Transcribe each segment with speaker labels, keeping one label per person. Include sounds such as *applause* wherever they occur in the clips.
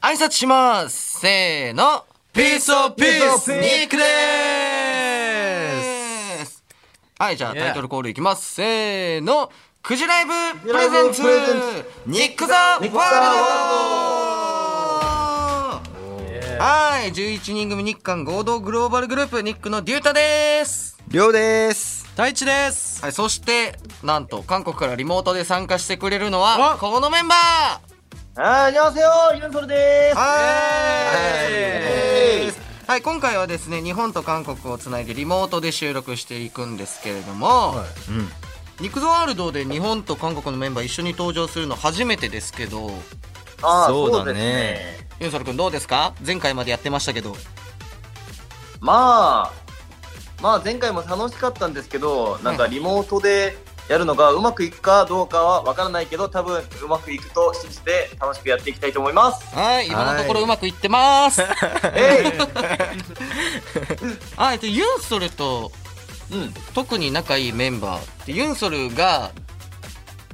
Speaker 1: 挨拶しますせーの
Speaker 2: ピースオブピース
Speaker 1: ニ
Speaker 2: ニ
Speaker 1: ー
Speaker 2: ー
Speaker 1: ク
Speaker 2: ク
Speaker 1: で
Speaker 2: で
Speaker 1: ですはいじゃあ
Speaker 2: Yeah
Speaker 1: タイトルコールいきますせーのクジライブプレゼンツ
Speaker 3: クジライブプレ
Speaker 1: ニック・ザ・ワール
Speaker 3: ニッ
Speaker 1: ド
Speaker 3: クザ
Speaker 1: はい11人組日韓合同グローバルグループニックのデュータです
Speaker 3: りょうです。
Speaker 2: 太一です
Speaker 1: はいそしてなんと韓国からリモートで参加してくれるのは
Speaker 2: あ
Speaker 1: このメンバー
Speaker 3: あ、にゃせよ、ユンソルです。
Speaker 1: はい
Speaker 3: イエーイ
Speaker 1: はいはい、今回はですね日本と韓国をつないでリモートで収録していくんですけれども、ニクゾワールドで日本と韓国のメンバー一緒に登場するの初めてですけど
Speaker 3: あー
Speaker 2: そうだね
Speaker 3: ですね。
Speaker 1: ユンソル君どうですか前回までやってましたけど
Speaker 3: まあ、まあ前回も楽しかったんですけど、なんかリモートでやるのがうまくいくかどうかはわからないけど、多分うまくいくと信じて楽しくやっていきたいと思います。
Speaker 1: はい今のところうまくいってますは *laughs*
Speaker 3: え
Speaker 1: い、でユンソルと
Speaker 3: い、うん。
Speaker 1: 特に仲いいメンバーでユンソルが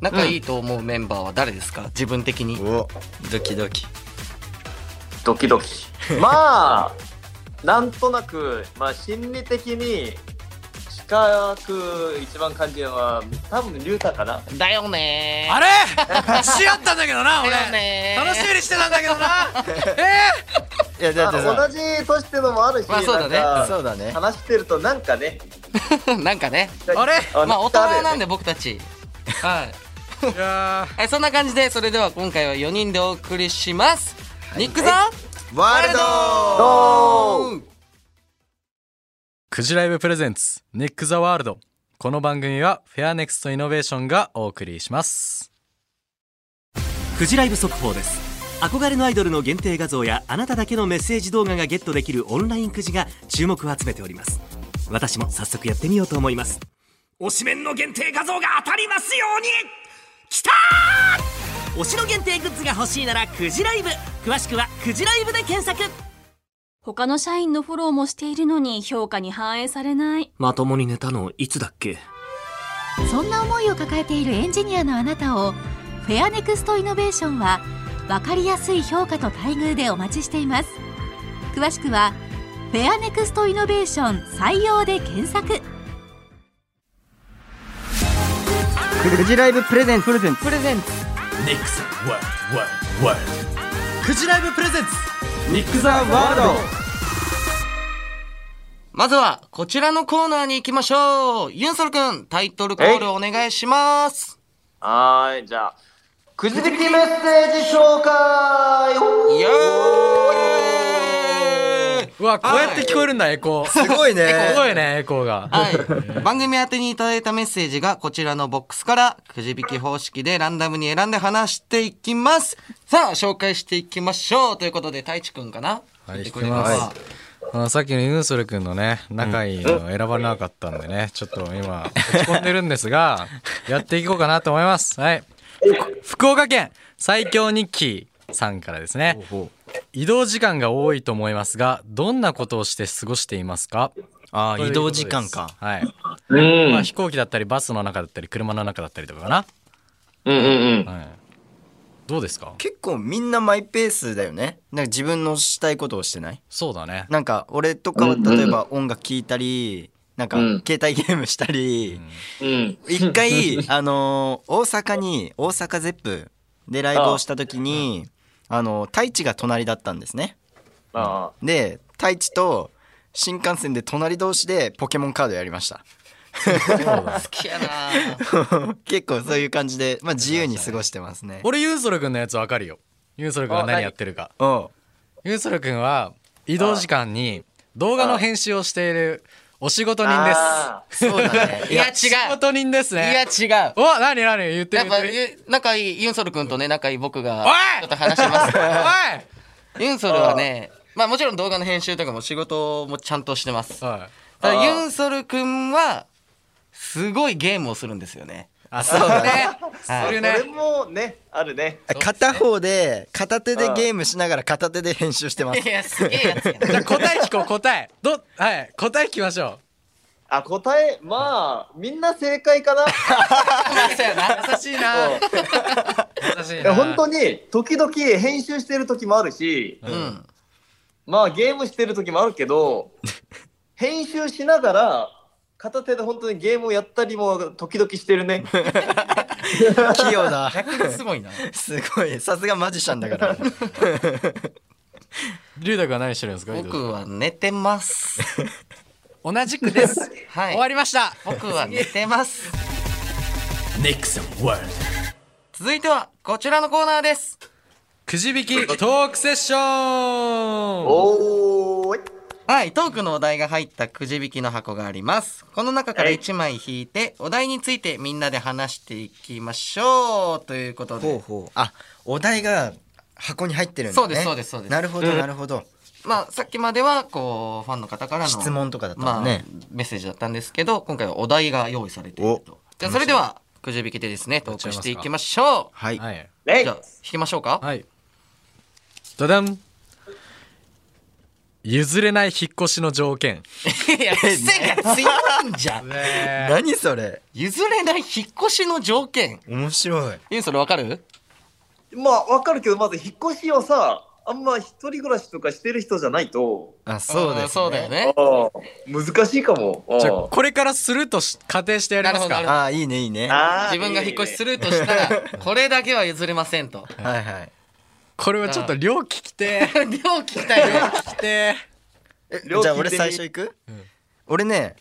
Speaker 1: 仲いいと思うメンバーは誰ですか、自分的に
Speaker 2: おドキドキ
Speaker 3: ドキドキ。まあ、なんとなく、まあ心理的に近く一番感じるのは、多分リュウタかな。
Speaker 1: だよねー
Speaker 2: あれし合ったんだけどな
Speaker 1: だよね
Speaker 2: 俺
Speaker 1: ー
Speaker 2: 楽しみにしてたんだけどなえー、いや
Speaker 3: まあ同じ年ってのもあるし、
Speaker 1: まあそうだね
Speaker 3: なんか
Speaker 2: うだね
Speaker 3: 話してるとなんかね
Speaker 1: *laughs* なんかね
Speaker 2: あれ
Speaker 1: まあ大人なん
Speaker 3: で
Speaker 1: で僕たちはい
Speaker 2: いや
Speaker 1: はい、そんな感じで、それでは今回は4人でお送りします。ニックさん、
Speaker 2: ワール
Speaker 3: ド
Speaker 2: クジライブプレゼンツニック・ザ・ワールドこの番組はフェアネクストイノベーションがお送りします
Speaker 4: フジライブ速報です憧れのアイドルの限定画像やあなただけのメッセージ動画がゲットできるオンラインくじが注目を集めております私も早速やってみようと思います推しメンの限定画像が当たりますようにきたー推しの限定グッズが欲しいならくじライブ詳しくはくじライブで検索
Speaker 5: 他の社員のフォローもしているのに評価に反映されない。
Speaker 4: まともに寝たのいつだっけ
Speaker 6: そんな思いを抱えているエンジニアのあなたをフェアネクストイノベーションは分かりやすい評価と待遇でお待ちしています詳しくはフェアネクストイノベーション採用で検索
Speaker 7: フジライブプレゼンツプレゼンツ
Speaker 2: クジライブプレゼンツ
Speaker 1: まずは、こちらのコーナーに行きましょう。ユンソルくん、タイトルコールお願いします。
Speaker 3: はーいじゃあくじ引きメッセージ紹介
Speaker 1: イエーイ
Speaker 2: うわこうやって聞こえるんだエコーすごいね *laughs* すごいねエコーが
Speaker 1: はい。 *laughs* 番組宛てにいただいたメッセージがこちらのボックスからくじ引き方式でランダムに選んで話していきます。さあ、紹介していきましょう。ということで、太一くんかな
Speaker 2: はい
Speaker 1: 言ってくれるのは
Speaker 2: 引きますあのさっきのユンソル君のね仲いいの選ばれなかったんでね、ちょっと今落ち込んでるんですが *laughs* やっていこうかなと思いますはい福岡県最強日記さんからですね移動時間が多いと思いますがどんなことをして過ごしていますか
Speaker 8: ああ
Speaker 2: という
Speaker 8: 移
Speaker 2: こと
Speaker 8: 動
Speaker 2: です
Speaker 8: 時間か
Speaker 2: はい、
Speaker 3: うん
Speaker 2: まあ、飛行機だったりバスの中だったり車の中だったりとかかな、
Speaker 3: うんうん
Speaker 2: はい、どうですか
Speaker 8: 結構みんなマイペースだよねなんか自分のしたいことをしてない
Speaker 2: そうだね
Speaker 8: なんか俺とかは例えば音楽聴いたりなんか
Speaker 3: うん
Speaker 8: 携帯ゲームしたり
Speaker 3: うん
Speaker 8: 一回あのー大阪に大阪ゼップでライブをした時にあの太一が隣だったんですね
Speaker 3: あ
Speaker 8: で太一と新幹線で隣同士でポケモンカードやりました
Speaker 1: 好きやな
Speaker 8: *laughs* 結構そういう感じ *laughs* で、まあ、自由に過ごしてますね
Speaker 2: 俺ユンソル君のやつわかるよユンソル君が何やってるか
Speaker 8: お
Speaker 2: ゆうそるくんは移動時間に動画の編集をしているお仕事人です。
Speaker 3: あ
Speaker 8: うそうだね
Speaker 1: いや違う
Speaker 2: 仕事人です
Speaker 1: いや
Speaker 2: ね。
Speaker 1: 違う
Speaker 2: お、なになに言って
Speaker 1: やっ
Speaker 2: る。
Speaker 1: ぱ
Speaker 2: 言ってる
Speaker 1: ゆ仲いいユンソル君とね仲いい僕が
Speaker 2: おい
Speaker 1: ちょっと話し *laughs* ます
Speaker 2: おい。
Speaker 1: ユンソルはねまあもちろん動画の編集とかも仕事もちゃんとしてます
Speaker 2: はい。
Speaker 1: ただ
Speaker 3: あ
Speaker 1: ユンソル君はすごいゲームをするんですよね
Speaker 2: あ、そうだね。
Speaker 1: はい
Speaker 2: する
Speaker 3: それ
Speaker 2: ね。
Speaker 3: もねあるね
Speaker 8: 片方で片手でゲームしながら片手で
Speaker 1: *laughs*
Speaker 8: 編集してます
Speaker 1: いやすげえやつや
Speaker 2: じゃあ答え聞こう答え。ど、はい。答え聞きましょう。
Speaker 3: あ、答え、まあ、みんな正解
Speaker 8: *laughs*
Speaker 3: かな。
Speaker 1: そうやな
Speaker 2: 優しいな
Speaker 3: うん
Speaker 2: 優しい
Speaker 3: いや
Speaker 2: な
Speaker 3: 本当に時々編集してる時もあるし、
Speaker 1: うん
Speaker 3: まあゲームしてる時もあるけど編集しながら片手で本当にゲームをやったりも時々してるね
Speaker 8: 器用だ
Speaker 1: 逆にすごいな
Speaker 8: すごいさすがマジシャンだから
Speaker 2: 龍太君は何してるんですか井戸
Speaker 1: 僕は寝てます
Speaker 2: 同じくです、
Speaker 1: はい
Speaker 2: 終わりました
Speaker 1: 僕は寝てます
Speaker 4: ワールド
Speaker 1: 続いてはこちらのコーナーです
Speaker 2: くじ引きトークセッション
Speaker 3: おーい。
Speaker 1: はい、トークのお題が入ったくじ引きの箱があります。この中から1枚引いて、お題についてみんなで話していきましょうということ
Speaker 8: ほう
Speaker 1: で。
Speaker 8: ほうあお題が箱に入ってるんだね
Speaker 1: そうですそうですそうです
Speaker 8: なるほどなるほど、
Speaker 1: まあ、さっきまでは、こう、ファンの方からの。
Speaker 8: 質問とかだったも
Speaker 1: まあ
Speaker 8: んね、、
Speaker 1: メッセージだったんですけど、今回はお題が用意されていると
Speaker 8: お。
Speaker 1: じゃあ、それでは、くじ引きでですね、トークしていきましょ
Speaker 8: はい、
Speaker 2: はい
Speaker 1: うん
Speaker 3: ね
Speaker 1: じゃあ、引きましょうか。
Speaker 2: はいダダン譲れない引っ越しの条件
Speaker 1: いや、癖が強いんじゃん。
Speaker 8: 何それ
Speaker 1: *laughs* 譲れない引っ越しの条件。
Speaker 8: 面白い
Speaker 1: ユン、それわかる
Speaker 3: まあわかるけどまず引っ越しをさあんま一人暮らしとかしてる人じゃないと
Speaker 8: あそうです、
Speaker 1: あーそ
Speaker 8: ね、
Speaker 1: うだよね。
Speaker 3: あー難しいかも
Speaker 2: じゃあ
Speaker 3: うん
Speaker 2: これからするとし仮定してやります
Speaker 1: な
Speaker 2: か
Speaker 1: る
Speaker 8: あーいいねいいね
Speaker 3: あー
Speaker 8: は
Speaker 1: 自分が引っ越しす
Speaker 3: いいね
Speaker 1: るとしたら、 *laughs* これだけは譲れません *laughs* と。
Speaker 8: いはい
Speaker 2: これはちょっと量聞きて
Speaker 1: 量聞きたいよ。
Speaker 2: ー聞きて
Speaker 8: え
Speaker 3: 両利き
Speaker 8: じゃあ俺
Speaker 3: で
Speaker 8: 最初行く、
Speaker 2: ん
Speaker 8: 俺ね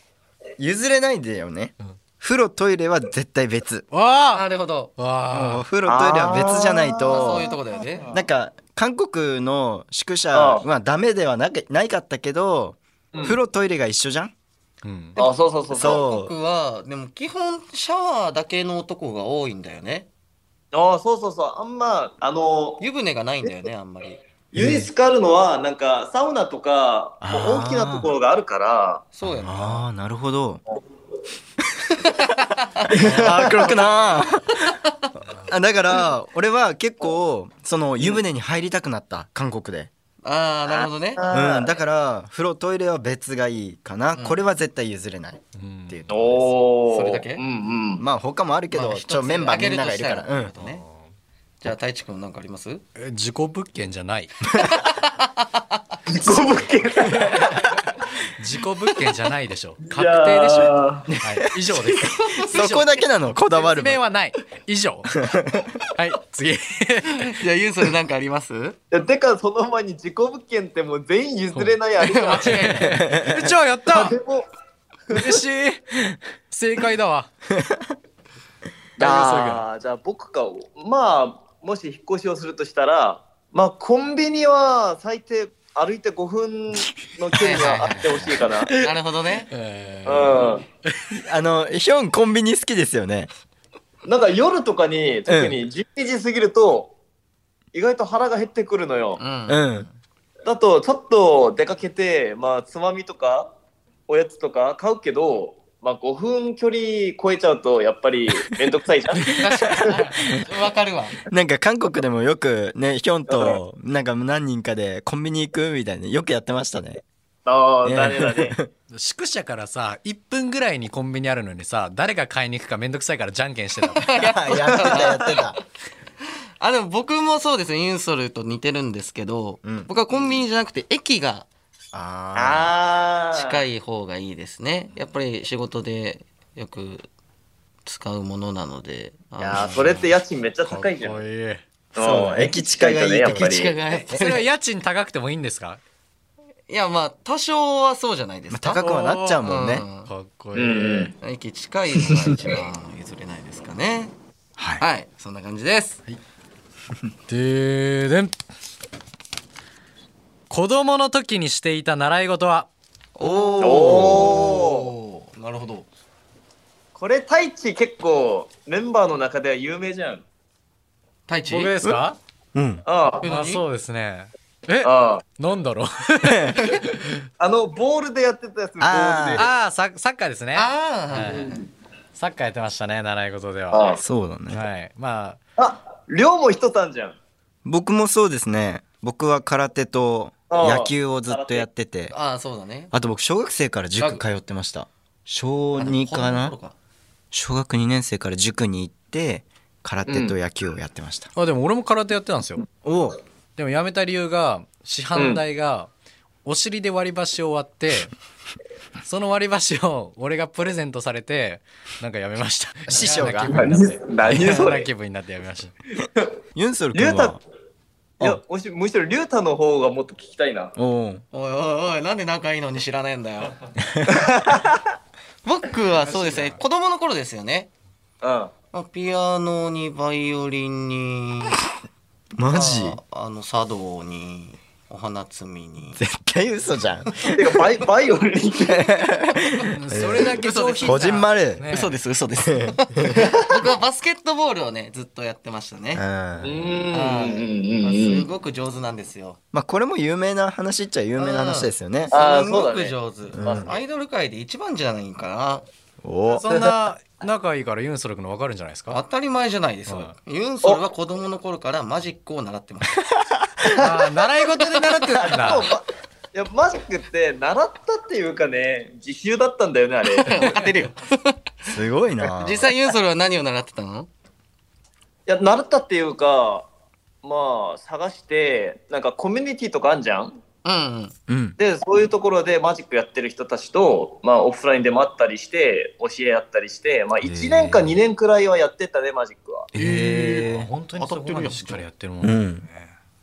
Speaker 8: 譲れないでよね、風呂トイレは絶対別
Speaker 2: ー *laughs* わ
Speaker 1: *laughs* なるほど。
Speaker 2: あわ
Speaker 8: もう
Speaker 2: あ
Speaker 8: 風呂トイレは別じゃない
Speaker 1: そ
Speaker 8: と
Speaker 1: ういうとこだよね。
Speaker 8: なんか韓国の宿舎
Speaker 3: ああ
Speaker 8: はダメではなけないかったけど、風呂トイレが一緒じゃん
Speaker 2: うん
Speaker 3: あそうそうそうそう
Speaker 8: そ
Speaker 1: 僕はでも基本シャワーだけの男が多いんだよね。
Speaker 3: あーそうそうそうあんまあの
Speaker 1: 湯船がないんだよねあんまり。
Speaker 3: 唯一あるのはなんかサウナとか
Speaker 8: あー
Speaker 3: もう大きなところがあるから
Speaker 1: そうや
Speaker 8: う
Speaker 1: な。
Speaker 8: ああなるほどあー黒くなー *laughs* あだから俺は結構その湯船に入りたくなった韓国で、
Speaker 1: ああなるほどね。
Speaker 3: あ
Speaker 8: うん、だから風呂トイレは別がいいかな、これは絶対譲れないっていうところで
Speaker 3: お
Speaker 8: す
Speaker 3: お
Speaker 1: それだけ
Speaker 3: うんうん
Speaker 8: まあ他もあるけど、
Speaker 1: まあ
Speaker 8: ちょメンバーみんながいるか
Speaker 1: 開け
Speaker 8: ら、う
Speaker 1: としたっ
Speaker 8: ん
Speaker 1: てことねじゃあ太一くんなんかあります？
Speaker 2: え自己物件じゃない
Speaker 3: 自己物件
Speaker 2: 自己物件じゃないでしょ確定でしょはい以上で
Speaker 8: *laughs*
Speaker 2: す
Speaker 8: そこだけなのこだわる
Speaker 2: 説明
Speaker 8: の
Speaker 2: はない以上はい次
Speaker 1: じゃあユンそれなんかあります？間
Speaker 3: いやてかその前に自己物件ってもう全員譲れないあれじゃん
Speaker 1: 違いない。
Speaker 2: じゃあやった
Speaker 3: でも
Speaker 2: 嬉しい正解だわ
Speaker 3: あーじゃあ僕かまあもし引っ越しをするとしたらまあコンビニは最低歩いて5分の距離があってほしいかな
Speaker 1: なるほどね。
Speaker 2: えー
Speaker 3: う
Speaker 8: あのヒョンコンビニ好きですよね
Speaker 3: んなんか夜とかに特に12時過ぎると意外と腹が減ってくるのよ
Speaker 1: うん。
Speaker 8: うん
Speaker 3: だとちょっと出かけてまあつまみとかおやつとか買うけどまあ5分距離超えちゃうとやっぱり面倒くさいじ
Speaker 8: *laughs*
Speaker 3: ゃん
Speaker 1: 確かに。 *laughs* わかるわ。
Speaker 8: なんか韓国でもよくねヒョンとなんか何人かでコンビニ行くみたいなよくやってましたね
Speaker 3: ああ
Speaker 8: ね
Speaker 3: だねだね
Speaker 2: 宿舎からさ1分ぐらいにコンビニあるのにさ誰が買いに行くかめんどくさいからじゃんけんしてた
Speaker 8: *laughs* やってたやってた
Speaker 1: あでも僕もそうですねユンソルと似てるんですけど、
Speaker 8: うん
Speaker 1: 僕はコンビニじゃなくて駅が
Speaker 8: あ
Speaker 3: ああ
Speaker 1: 近
Speaker 3: い
Speaker 1: い方がいいですねやっぱり仕事でよく使うものなのでい
Speaker 3: やーそれって家賃めっちゃ *laughs* 高いじゃん
Speaker 2: かっこいい
Speaker 8: そう駅近がいいって
Speaker 3: やっぱ
Speaker 1: 駅
Speaker 3: り
Speaker 1: 近がやっぱり
Speaker 2: それは家賃高くてもいいんですか
Speaker 1: いやまあ多少はそうじゃないで
Speaker 8: ー、まあ、
Speaker 1: すか、
Speaker 8: 高くはなっちゃうもんね
Speaker 2: かっこい
Speaker 3: うん
Speaker 2: い、
Speaker 3: うん
Speaker 1: うん駅近いのが一番譲れないですかね
Speaker 8: *laughs* はい
Speaker 1: はいそんな感じです
Speaker 2: でーでん子供の時にしていた習い事は
Speaker 3: おおー
Speaker 1: なるほど
Speaker 3: これ太一結構メンバーの中では有名じゃん
Speaker 1: 太一
Speaker 2: 僕ですか
Speaker 8: うん
Speaker 3: あ
Speaker 1: え
Speaker 3: ー
Speaker 1: 何
Speaker 2: あそうですねえ
Speaker 3: あー
Speaker 2: なん
Speaker 3: *laughs*
Speaker 2: だろう
Speaker 3: あのボールでやってたやつボールで
Speaker 2: ああササッカーですね
Speaker 1: あ
Speaker 2: はいサッカーやってましたね習い事では
Speaker 3: あー
Speaker 8: そうだね、
Speaker 2: はいま
Speaker 3: あ量も一たんじゃん
Speaker 8: 僕もそうですね僕は空手と野球をずっとやってて
Speaker 1: ああそうだね
Speaker 8: あと僕小学生から塾通ってました小
Speaker 1: あでも
Speaker 8: 2か
Speaker 1: 子供の頃
Speaker 8: な小学2年生から塾に行って空手と野球をやってました、
Speaker 2: あでも俺も空手やってたんですよ
Speaker 8: おう
Speaker 2: でもやめた理由が市販代がお尻で割り箸を割って、その割り箸を俺がプレゼントされてなんかやめました
Speaker 8: *laughs* 師匠が
Speaker 2: 嫌な気分になって
Speaker 3: 何何そ
Speaker 2: 嫌な
Speaker 3: れ
Speaker 2: 気分になってやめました
Speaker 8: ユンソル
Speaker 3: リュ
Speaker 8: 君
Speaker 3: ウタ
Speaker 8: はい
Speaker 3: やむしむしろリュウタの方がもっと聞きたいな
Speaker 8: おう
Speaker 1: おいおいおいなんで仲いいのに知らないんだ
Speaker 8: *laughs*
Speaker 1: よ僕はそうですね子供の頃ですよね
Speaker 3: うん
Speaker 1: まあピアノにバイオリンに
Speaker 8: マジ
Speaker 1: まああの茶道にお花摘みに
Speaker 8: 絶対嘘じゃん
Speaker 3: てかバイ *laughs* バイオリンって
Speaker 2: それだけ上品な
Speaker 8: こじんまる
Speaker 2: ね
Speaker 1: 嘘です嘘です僕はバスケットボールをねずっとやってましたね
Speaker 3: う
Speaker 8: う、
Speaker 3: ん
Speaker 8: ん
Speaker 1: はいまあすごく上手なんですよ
Speaker 8: まあこれも有名な話っちゃ有名な話ですよね
Speaker 3: あー
Speaker 1: す
Speaker 3: そう
Speaker 1: ご
Speaker 3: だ
Speaker 1: く
Speaker 3: ね
Speaker 1: 上手、アイドル界で一番じゃないんか
Speaker 8: お
Speaker 2: そんな仲いいからユンソル君の分かるんじゃないです
Speaker 1: な当
Speaker 2: か
Speaker 1: たり前じゃないです
Speaker 2: は
Speaker 1: かユンソルは子供の頃からマジックを習ってました
Speaker 2: あー習い事で習ってた
Speaker 8: *laughs*
Speaker 2: んだ
Speaker 3: いやマジックって習ったっていうかね自習だったんだよね
Speaker 8: *laughs*
Speaker 3: あれい
Speaker 1: 分かってるよ
Speaker 8: すごいな
Speaker 1: 実際ユンソルは何を習ってたの
Speaker 3: や習ったっていうかまあ探してなんかコミュニティとかあんじゃん
Speaker 1: うんうん
Speaker 8: うん
Speaker 3: でそういうところでマジックやってる人たちと、まあ、オフラインでもあったりして教え合ったりして、まあ、1年か
Speaker 8: へー
Speaker 3: 2年くらいはやってたねマジックは
Speaker 8: えー
Speaker 2: 本当にそこまでしっかりやってるもん、
Speaker 8: うん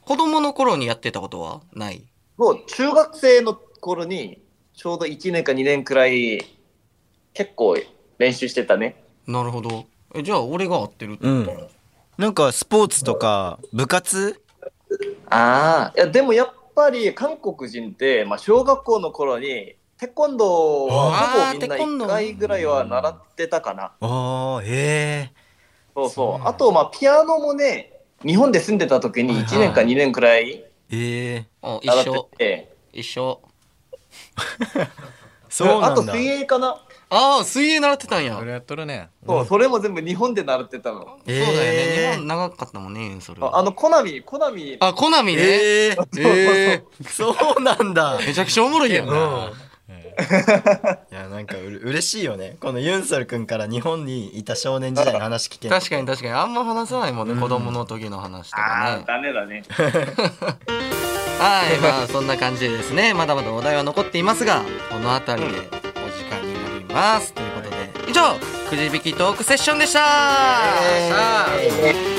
Speaker 1: 子供の頃にやってたことはない
Speaker 3: もう中学生の頃にちょうど1年か2年くらい結構練習してたね
Speaker 1: なるほどえじゃあ俺が合ってるって
Speaker 8: う
Speaker 1: こ
Speaker 8: ん
Speaker 1: と、
Speaker 8: なんかスポーツとか部活
Speaker 3: ああいやでもやっぱり韓国人って、まあ、小学校の頃にテコンドーは
Speaker 1: あー
Speaker 3: ほぼみんな
Speaker 1: テコンドー
Speaker 3: 1回ぐらいは習ってたかな
Speaker 8: ああへえ
Speaker 3: そうそうあとまあピアノもね日本で住んでた時に1年か2年くらい
Speaker 8: ええ
Speaker 1: あ一
Speaker 3: 習っ
Speaker 1: 緒
Speaker 3: てて
Speaker 1: 一緒
Speaker 8: そうな
Speaker 3: あと
Speaker 8: んだ
Speaker 3: 水泳かな
Speaker 1: ああ水泳習ってたんや
Speaker 2: そ
Speaker 1: そう
Speaker 2: れやっとるね
Speaker 3: そうそれも全部日本で習ってたの
Speaker 1: だよね、
Speaker 8: えー
Speaker 1: 日本長かったもんねユンソル
Speaker 3: ああのコナミコナミ
Speaker 1: あコナミね
Speaker 8: え
Speaker 1: え
Speaker 8: ー
Speaker 1: え
Speaker 8: そうなんだ
Speaker 1: ーめちゃくちゃおもろいやん
Speaker 2: うん
Speaker 8: いやなんかうれ嬉しいよねこのユンソル君から日本にいた少年時代の話聞ける
Speaker 1: 確かに確かにあんま話さないもんね、子供の時の話とか
Speaker 3: あー
Speaker 1: ね
Speaker 3: ダメだね
Speaker 1: はいまあそんな感じでですねまだまだお題は残っていますがこの辺りでお時間になります、ということで以上くじ引きトークセッションでした、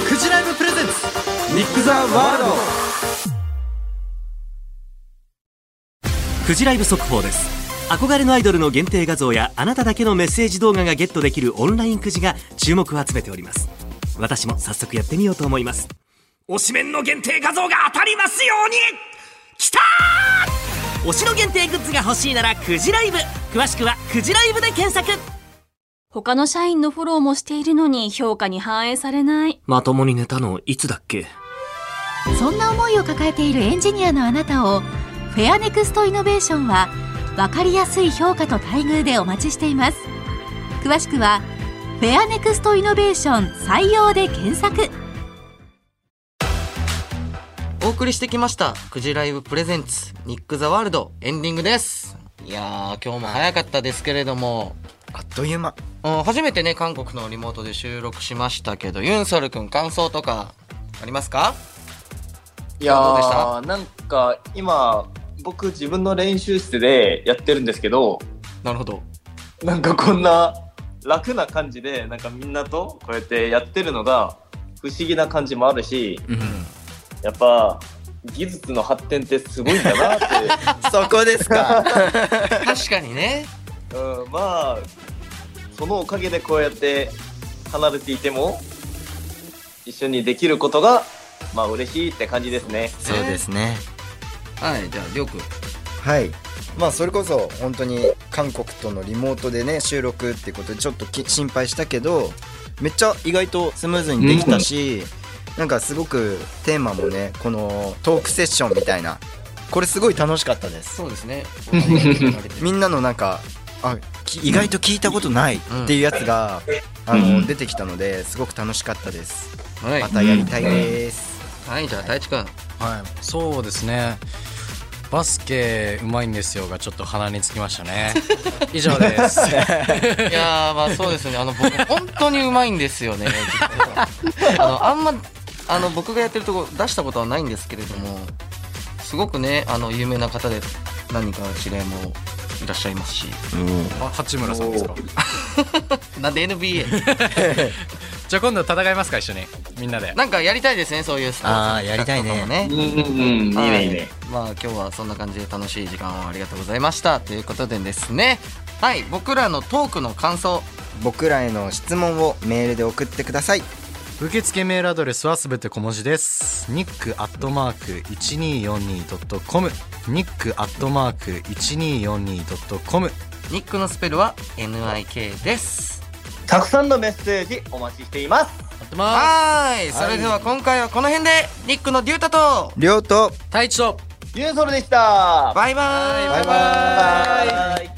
Speaker 8: クジライブプレゼンツ
Speaker 7: ニック・ザ・ワールド
Speaker 4: フジライブ速報です憧れのアイドルの限定画像やあなただけのメッセージ動画がゲットできるオンラインくじが注目を集めております私も早速やってみようと思います推しメンの限定画像が当たりますようにきたー推しの限定グッズが欲しいならくじライブ詳しくはくじライブで検索
Speaker 5: 他の社員のフォローもしているのに評価に反映されない。
Speaker 4: まともに寝たのいつだっけ
Speaker 6: そんな思いを抱えているエンジニアのあなたをフェアネクストイノベーションは分かりやすい評価と待遇でお待ちしています詳しくはフェアネクストイノベーション採用で検索
Speaker 1: お送りしてきました「くじライブプレゼンツニック・ザ・ワールド」エンディングですいやー今日も早かったですけれども、
Speaker 8: あっという間
Speaker 1: うん初めてね韓国のリモートで収録しましたけどユンソル君感想とかありますか
Speaker 3: いや
Speaker 1: どうで
Speaker 3: ーなんか今僕自分の練習室でやってるんですけど
Speaker 1: なるほど
Speaker 3: なんかこんな楽な感じでなんかみんなとこうやってやってるのが不思議な感じもあるし、やっぱ技術の発展ってすごいんだなっ
Speaker 8: そこですか
Speaker 1: 確かにね
Speaker 3: て、うん、まあそのおかげでこうやって離れていても一緒にできることがまあ嬉しいって感じですね。
Speaker 8: そうですね
Speaker 1: *laughs* はいじゃありょうくん
Speaker 8: はいまあそれこそ本当に韓国とのリモートでね収録ってことでちょっとき心配したけどめっちゃ意外とスムーズにできたし、なんかすごくテーマもねこのトークセッションみたいなこれすごい楽しかったです
Speaker 1: そうですね
Speaker 8: みんなのなんかあき意外と聞いたことないっていうやつが、あの出てきたのですごく楽しかったです
Speaker 1: *laughs* はい
Speaker 8: ま、たやりたいです、
Speaker 1: はい、じゃあ太一くん
Speaker 2: はい、そうですね。バスケうまいんですよがちょっと鼻につきました *laughs* ね以上 *laughs* です
Speaker 1: いやーまあそうですねあの僕本当にうまいんです
Speaker 8: *laughs*
Speaker 1: よねあのあんまあの僕がやってるとこ出したことはないんですけれどもすごくねあの有名な方で何か知り合いもいらっしゃいますし
Speaker 2: あ八村さんですか
Speaker 1: なんで
Speaker 8: *laughs*
Speaker 1: NBA
Speaker 2: じゃあ今度戦いますか一緒にみんなで
Speaker 1: なんかやりたいですねそういうスポーツ
Speaker 8: あーやりたいね
Speaker 1: 企画とかも
Speaker 3: うんうんうん、いい
Speaker 1: はい
Speaker 3: ねいいね。
Speaker 1: まあ今日はそんな感じで楽しい時間をありがとうございましたということでですねはい僕らのトークの感想
Speaker 8: 僕らへの質問をメールで送ってください
Speaker 2: 受付メールアドレスはすべて小文字です。ニックアットマーク 1242.com ニックアットマーク 1242.com
Speaker 1: ニックのスペルは NIK です
Speaker 3: たくさんのメッセージお待ちしています。
Speaker 1: はーいそれでは今回はこの辺でニックのデュータと
Speaker 8: りょうと
Speaker 2: 太一と
Speaker 3: ユーソルでした。
Speaker 1: バイバーイ
Speaker 8: バイバ
Speaker 3: イ。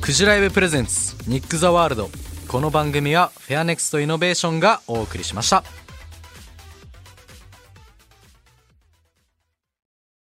Speaker 2: クジライブプレゼンツニックザワールドこの番組はフェアネクストイノベーションがお送りしました。